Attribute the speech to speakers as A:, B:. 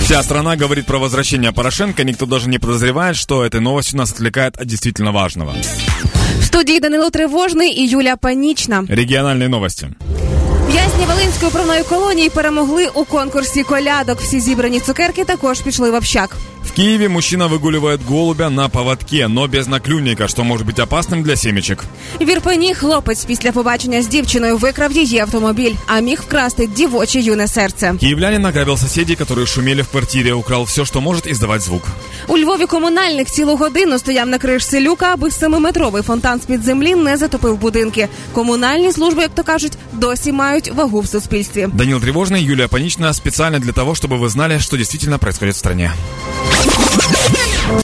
A: Вся страна говорит про возвращение Порошенко, никто даже не подозревает, что этой новостью нас отвлекает от действительно важного.
B: В студії Данило Тривожний і Юлія Панічна.
A: Региональные новости.
B: В'язні Волинської правної колонії перемогли у конкурсі колядок. Всі зібрані цукерки також пішли в общак.
A: В Киеве мужчина выгуливает голубя на поводке, но без наклюнника, что может быть опасным для семечек.
B: В Ірпені хлопець після побачення з дівчиною викрав її автомобіль, а міг вкрасти дівоче юне серце.
A: Киевлянин ограбил соседей, которые шумели в квартире, украл все, что может издавать звук.
B: У Львові комунальник цілу годину стояв на кришці люка, аби семиметровий фонтан з-під землі не затопив будинки. Комунальні служби, як то кажуть, досі мають вагу в суспільстві.
A: Данил Тревожный, Юлия Паничная специально для того, чтобы вы знали, что действительно происходит в стране.